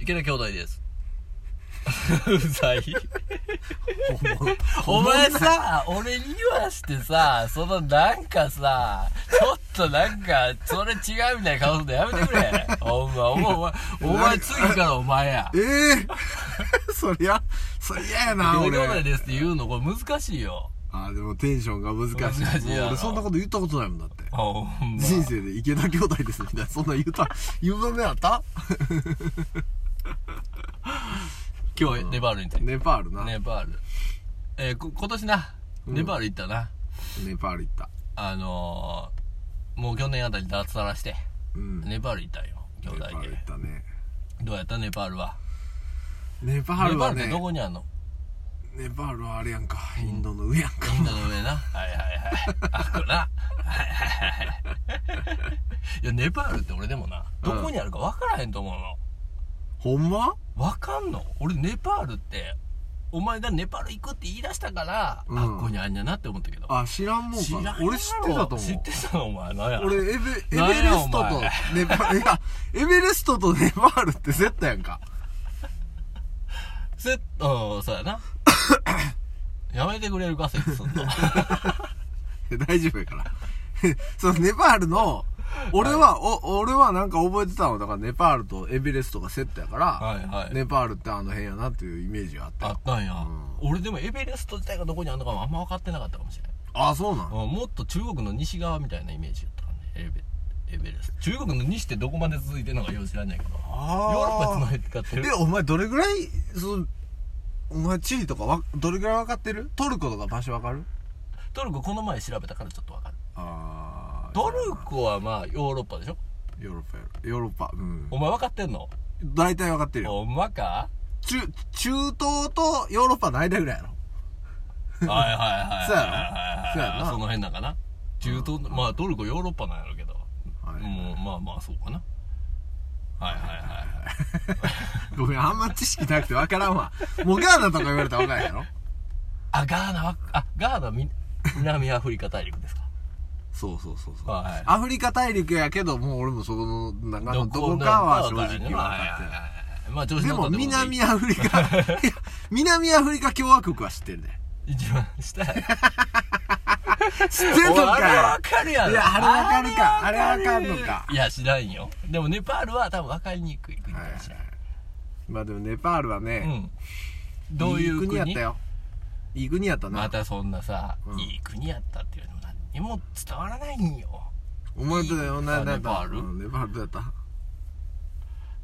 池の兄弟 です。うざい。おお前前さ、さ、俺に言わしてさ、そのなんかさ、ちょっとなんか、それ違うみたいな顔するのやめてくれ。ほんま、お前、お前、お前次からお前や。ええ そりゃ、そりゃやな、兄俺。弟ですって言うの、これ難しいよ。あ、でもテンションが難しい。難しいやろ俺そんなこと言ったことないもんだって。ほんま。人生で池田兄弟ですみたいな、そんな言うた、言う場面あった今日、ネパールに行って。ネパールな。ネパール。えーこ今年な、うんネパール行ったな。ネパール行った。あのー、もう去年あたり脱サラして、うん。ネパール行ったんよ、兄ネ弟パールで行っ。たね。どうやったネパールは。ネパーネルパーはルっね、てどこにあんのネパールはあれやんか、インドの上やんか。インドの上な。はいはいはい。あっこな。はいはいはい。いや、ネパールって俺でもな、どこにあるか分からへんと思うの。ほんま分かんの俺ネパールって、お前がネパール行くって言い出したから、うんあっこにあんやなって思ったけど。あ、知らんもん知らかんやな。ろ俺知ってたと思う。知ってたのお前。なんや。俺エベ、エベレストなんやお前とネパール、いや、エベレストとネパールってセットやんか。せ、うん、そうや な。やめてくれるか、せっつんの。いや 大丈夫やから。そのネパールの、俺は、お、俺はなんか覚えてたの。だからネパールとエベレストがセットやから、はいはいネパールってあの辺やなっていうイメージがあって。ああったんや、う俺でもエベレスト自体がどこにあるのかもあんま分かってなかったかもしれない、そうなん、うん、もっと中国の西側みたいなイメージだったからねエベエベレスト中国の西ってどこまで続いてるのかよう知らんねんけどヨあーロッパつーながって買ってるで、お前どれぐらい、その、お前地理とかわ、どれぐらい分かってるトルコとか場所分かるトルコこの前調べたからちょっと分かるあートルコはまあヨーロッパでしょヨーロッパやろヨーロッパ。うん。お前分かってんの大体分かってるよ。おまか 中、中東とヨーロッパの間ぐらいやろ。はいはいはいそうやろはいそうやはいはいろなその辺なんかな中東まあトルコヨーロッパなんやろうけどはいもうまあまあそうかなはいはいはいごめん、あんま知識なくて分からんわ。もうガーナとか言われたら分からんやろあ、ガーナは、あ、ガーナみ、南アフリカ大陸ですか。そうそうそうそう、はいアフリカ大陸やけど、もう俺もそこの中のどこかは正直分かってない。い。まあ、調子で乗ったもってことで南アフリカ、いや南アフリカ共和国は知ってるね。一番下や。知っておいあれんのかわかるやろ。いやあれわかるかあれわあれわかんのかいや、知らんよ。でも、ネパールは多分わかりにくい国かもしれない。いまあでもネパールはうね、ん。どういう国やったよ。いい国やったな。またそんなさ、うんいい国やったっていうのも何にも伝わらないんよ。お前と同じだった。ネパールうんネパールどうやった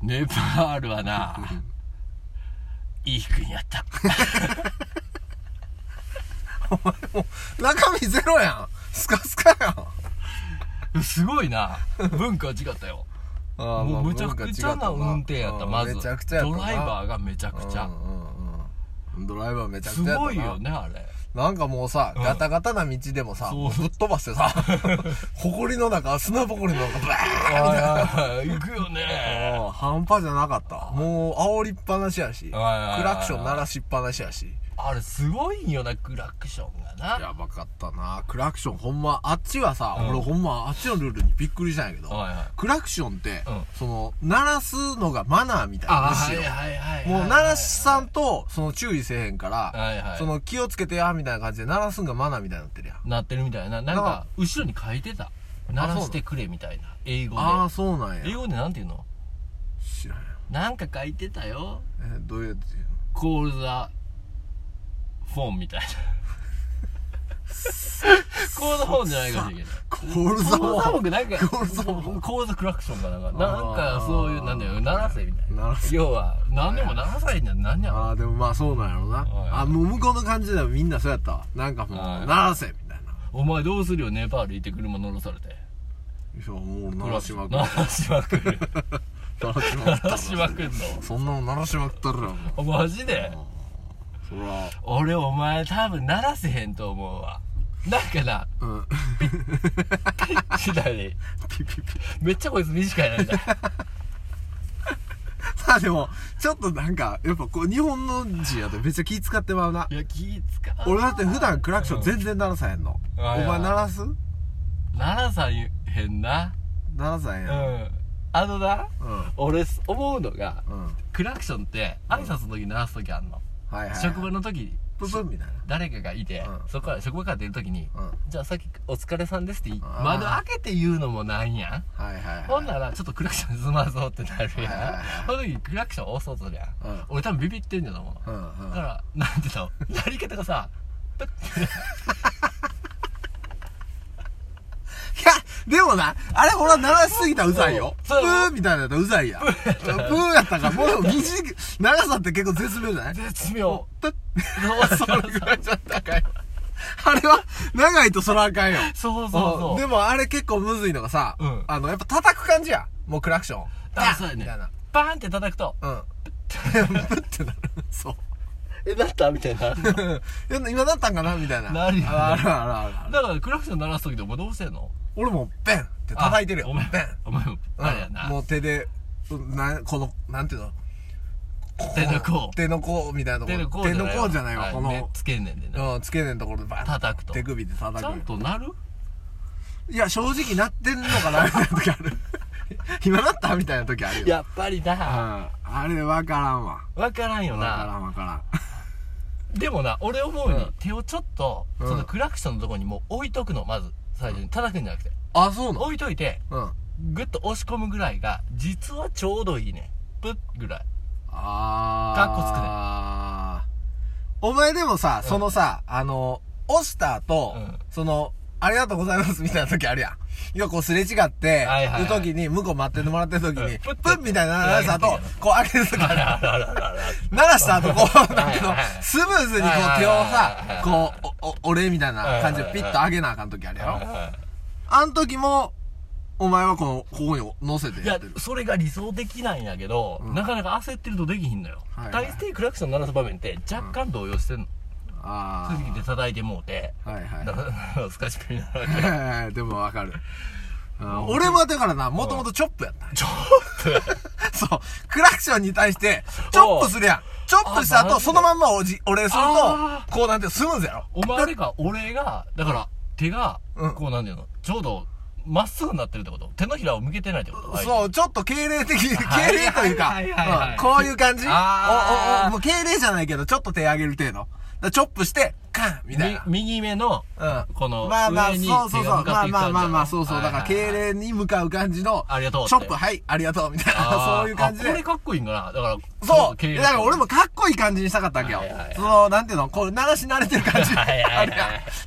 ネパールは な、いい国やった。 中身ゼロやんスカスカやんすごいな。文化は違ったよ。あもうむちゃくちゃな運転やった、まず。めちゃくちゃやったドライバーががめちゃくちゃ。ドライバーめちゃくすちゃやったなごいよね、あれ。なんかもうさ、うんガタガタな道でもさそうもうぶっ飛ばし てさ埃の中砂ぼこりの中ブワー 行くよね。ッ半端じゃなかったもう煽りっぱなしやしクはいはいはいラクション鳴らしっぱなしやしあれ、すごいんよな、クラクションがな。やばかったなクラクションほんまあっちはさ、うん俺ほんまあっちのルールにびっくりしたんやけど、はいはいクラクションって、うんその鳴らすのがマナーみたいなあむしはいろはいはい。もう、鳴らしさんと、その注意せえへんから、はいはいその気をつけてや、みたいな感じで、鳴らすんがマナーみたいになってるやん。なってるみたいな。なんだかか、後ろに書いてた。鳴らしてくれみたいな。英語ああ、そうなんやで。。英語でなんて言うの知らんやなんか書いてたよ。ん。え、どういうやつやコールザ、フォンみたいな。コールザフォンじゃないかもしれないけど。コーコルザールモザ僕なんか、 コールザモコールザクラクションかなんか、なんあかーそういう、なんだよ、鳴らせみたいな。鳴らす。要は、何でも鳴らさへんじゃん、何やろ。ああ、でもまあそうなんやろはいな。あ、もう向こうの感じではみんなそうやったわ。なんかもう、はい鳴らせみたいな。お前どうするよ、ネパール行って車乗らされて。いや、もう鳴らしまくる鳴。らしまくる。鳴らし鳴まくったらしまくんの。そんなの鳴らしまくったるやん、もう。おマジでそら、俺お前多分鳴らせへんと思うわ。なんかな、うん。 次第に。ピピピ。めっちゃこいつ短いな、みたいな。さあでも、ちょっとなんか、やっぱこう、日本の人やとめっちゃ気使ってまうな。いや、気使う俺だって普段クラクション全然鳴らさへんの。うんお前鳴らす鳴らさへんな。鳴らさへんうやん。ん。あのな、うん。俺思うのが、うん。クラクションって挨拶の時鳴らす時あんの、はいはい職場のの時ププンみたい誰かがいて、うんそこから職場から出る時に、なうんじゃあさっきお疲れさんですって言いあー窓開けて言うのもなんやんはいはいはいほんならちょっとクラクション済まそうってなるやん、はいはいはいその時にクラクション押そうとするやん、うん俺多分ビビってんじゃと思う、うんだからなんていう のやり方がさプッていや、でもな、あれほら鳴らしすぎたらうざいよ。プそうーみたいなやったらうざいやん。プーやったから、もう短く、長さって結構絶妙じゃない絶妙プッそうそう それぐらいじゃったかい。あれは、長いとそらあかんよ。そうそうそうでもあれ結構むずいのがさ、うんあの、やっぱ叩く感じや。もうクラクション。あそうやねみたいな。バーンって叩くとうん。 プッてなる。 そう。えなったみたいなだかうん今なったんかなみたいな。なるよねああるあるあるある。らクラクション鳴らす時でお前どうしてんの俺も、ベンって叩いてるよ。あお前ベン。お前もあれやうんなもう手で、うんなんこの、なんていうの手の甲手の甲みたいなとこ手ろの甲手の甲じゃないわ、はこねの、つけんねんでなうん、付け根のところでバーン叩くと手首で叩ちゃんくとなるいや正直なってんのかなみたいな時ある 今なったみたいな時あるよやっぱりうんなあれわからんわわからんよわからなんわからでもな俺思うにうん手をちょっとうんそのクラクションのとこにもう置いとくのまず最初に叩くんじゃなくてんあそうなの置いといてうんグッと押し込むぐらいが実はちょうどいいねプッぐらいあーかっこつくねお前でもさ、うんそのさあの押した後、うんそのありがとうございますみたいな時あるやん。要はこうすれ違って、はいはいはい時に、向こう待っててもらってる時うにんプッ、てプンみたいな鳴らしたい後やいやいや、こう開ける時あらあらあらあらあら鳴らした後、こう、なんていうのはいはいスムーズにこう手をはいはいさ、こう、お、お、お礼みたいな感じでピッと上げなあかん時あるやろ。あん時も、お前はこの、ここに乗せ ていやっやてる。それが理想的なんやけど、うんなかなか焦ってるとできひんのよ、はいはい大抵クラクション鳴らす場面って若干動揺してんの、あそういう時で叩いてもうてあ。はいはいだか。 らスカシペになるわけはい はいでもわかる。うん俺はだからな、もともとチョップやったんよちょっと そう。クラクションに対して、チョップするやん。チョップしたあマジ後、でそのまんまおじ、お礼するあと、こうなんてスムーズやろ。お前あれか俺がだから手がうんこうなんていうのちょうどまっすぐになってるってこと手のひらを向けてないってことうそう、ちょっと敬礼的、敬はい礼というか、はういはいはいはいんこういう感じお、あーお、お、もう敬礼じゃないけど、ちょっと手上げる程度。だからチョップして、カンみたいな。右目のうん。このまあまあ、上にそうそう手そが向う。かっまあていく感じまあまあまあ、だそうそう。だから、敬礼に向かう感じの、ありがとうってチョップ、はい、ありがとう、みたいな、あー そういう感じあこれで。かっこいいんかなだからそう。経営だから俺もかっこいい感じにしたかったわけよはいはいはい。その、なんていうの、こう、鳴らし慣れてる感じ。はいはいはいあれや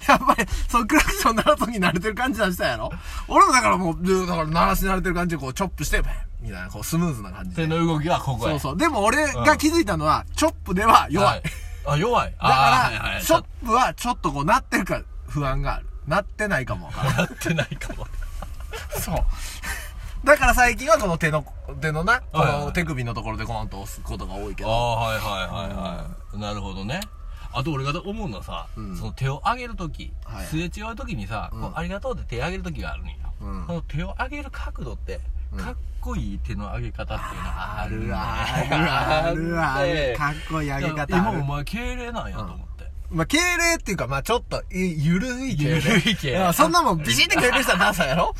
やっぱり、そのクラクション鳴らす時に慣れてる感じ出したやろ俺もだからもう、ずーだから鳴らし慣れてる感じで、こう、チョップして、バンみたいな、こう、スムーズな感じ手で。の動きはここやそうそう。でも俺が気づいたのは、チョップでは弱。はいいあ弱いだあーはいかはら、いチョップはちょっとこう、なってるか不安がある。なってないかもわから んやってないかも。そう。だから最近はこの手の、手のな、こはいはいの手首のところでコーンと押すことが多いけあど。あ、はいはいはいはい。なるほどね。あと俺が思うのはさ、んその手を上げるとき、はいすれ違うときにさ、こうありがとうって手上げるときがあるんよ。うんこの手を上げる角度って、かっこいい手の上げ方っていうのがあるねあるある。かっこいい上げいや方あ今るお。前敬礼なんやと思って。まあ、敬礼っていうか、まあ、ちょっと、いゆるい敬礼。緩い敬礼やそんなもん、ビシッて敬礼したらダンサーや ろ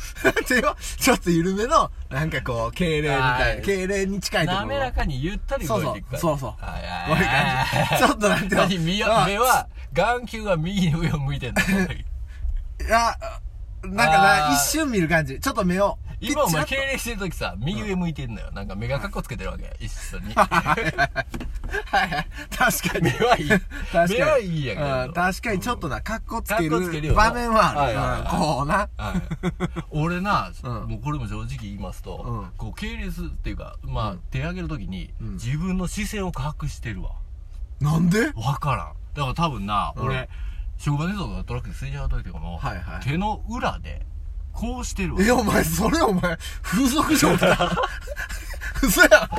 手を、ちょっと緩めの、なんかこう、敬礼みたいはいな、敬礼に近いところ。滑らかにゆったり動いていくから。そうそうそうそうはいこういはういは感い。 じ。ちょっとなんていうの何目は、目は眼球が右に上を向い てんだ。いや、なんかあーな、一瞬見る感じ。ちょっと目を。今お前ピ敬ッチラッと礼してる時さ右上向いてんのよなんか目がカッコつけてるわけ一緒 にはいはい。確かに。目はいい確かに目はいいやけどうん確かにちょっとな、カッコつけカッコつけるるよな場面ははいはいある。うんこうな。はい、俺な、うんもうこれも正直言いますと、うんこう敬礼するっていうかまあ、うん手上げる時に、うん自分の視線を隠してるわなんでわからんだから多分な、うん俺職場でそうだトラックで吸い合う時とかも、はいはい手の裏でこうして るわえ、お前、それお前、風俗嬢だ。 嘘やん。なんで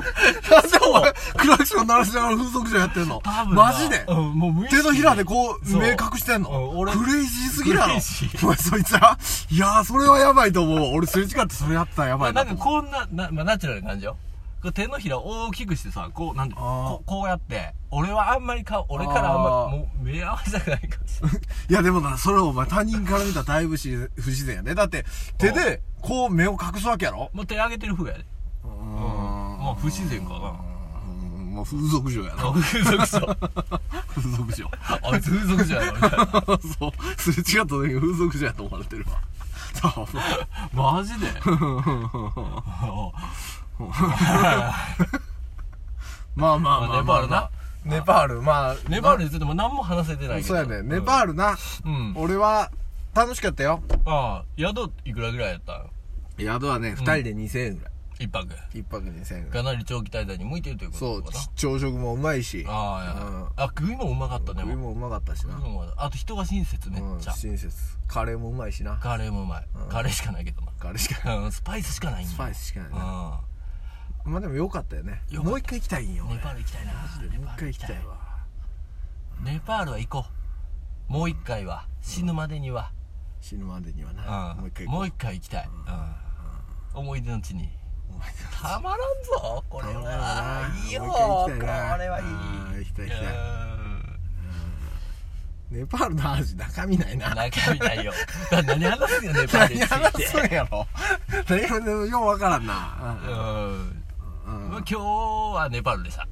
お前、クラクション鳴らしながら風俗嬢やってんの多分なマジでうん、もう無意識手にのひらでこう、そう目隠してんのうん俺クレイジーすぎるやろクレイジーお前、そいつら。いやー、それはやばいと思うわ。俺、すれ違ってそれやったらやばいななんとか思う。こんな、なまあ、ナチュラルな感じよ。こう手のひらを大きくしてさ、こう、なんて、あーこうこうやって、俺はあんまり顔、俺からあんまあーり、もう目合わせたくないかも しれない。いやでもな、それをお前他人から見たらだいぶし不自然やね。だって手でこう目を隠すわけやろもう手上げてる風やで。うーんまあ不自然かな。うんうん、まあ、風俗嬢やな。風俗嬢 風俗嬢。あいつ風俗嬢やろみたいなそう。すれ違った時に風俗嬢やと思われてるわ。そう。マ ジでまあまあまあまあ、まあネパールな。ネパール、まあ。ネパールででも何も話せてないけどそうやね。ネパーールな。ルうん俺は、楽しかったよ。ああ宿いくらぐらいやったん宿はね、二人で2000円ぐらい。一泊一泊2000円ぐらい。かなり長期滞在に向いてるというこそとうかな、朝食もうまいし。ああ、やあ食いもうまかったね食いもうまかったしな。食いもうまかったあと人が親切めっちゃ、うん親切。カレーもうまいしな。カレーもうまい、カレーしかないけどなカレーしかない。うんスパイスしかないんだスパイスしかないな。うまあでもよかったよね。よかったもう一回行きたいんよ。ん俺ネパール行きたいなもう一回行きたいわ。ネパールは行こうもう一回は、死ぬまでには、死ぬまでにはうんな。もう一回行こう。行きたい、うん思い出の地にお前たまらんぞこれたまらんはないいよもうこ一回行きれたいなはいいうん行きたい行きたいうんネパールの話中身ないな。中身ないよだ何話すよネパール 何につい話てすん やろ。何 話すんようわからんうな。んうんう今ん日はネパールでした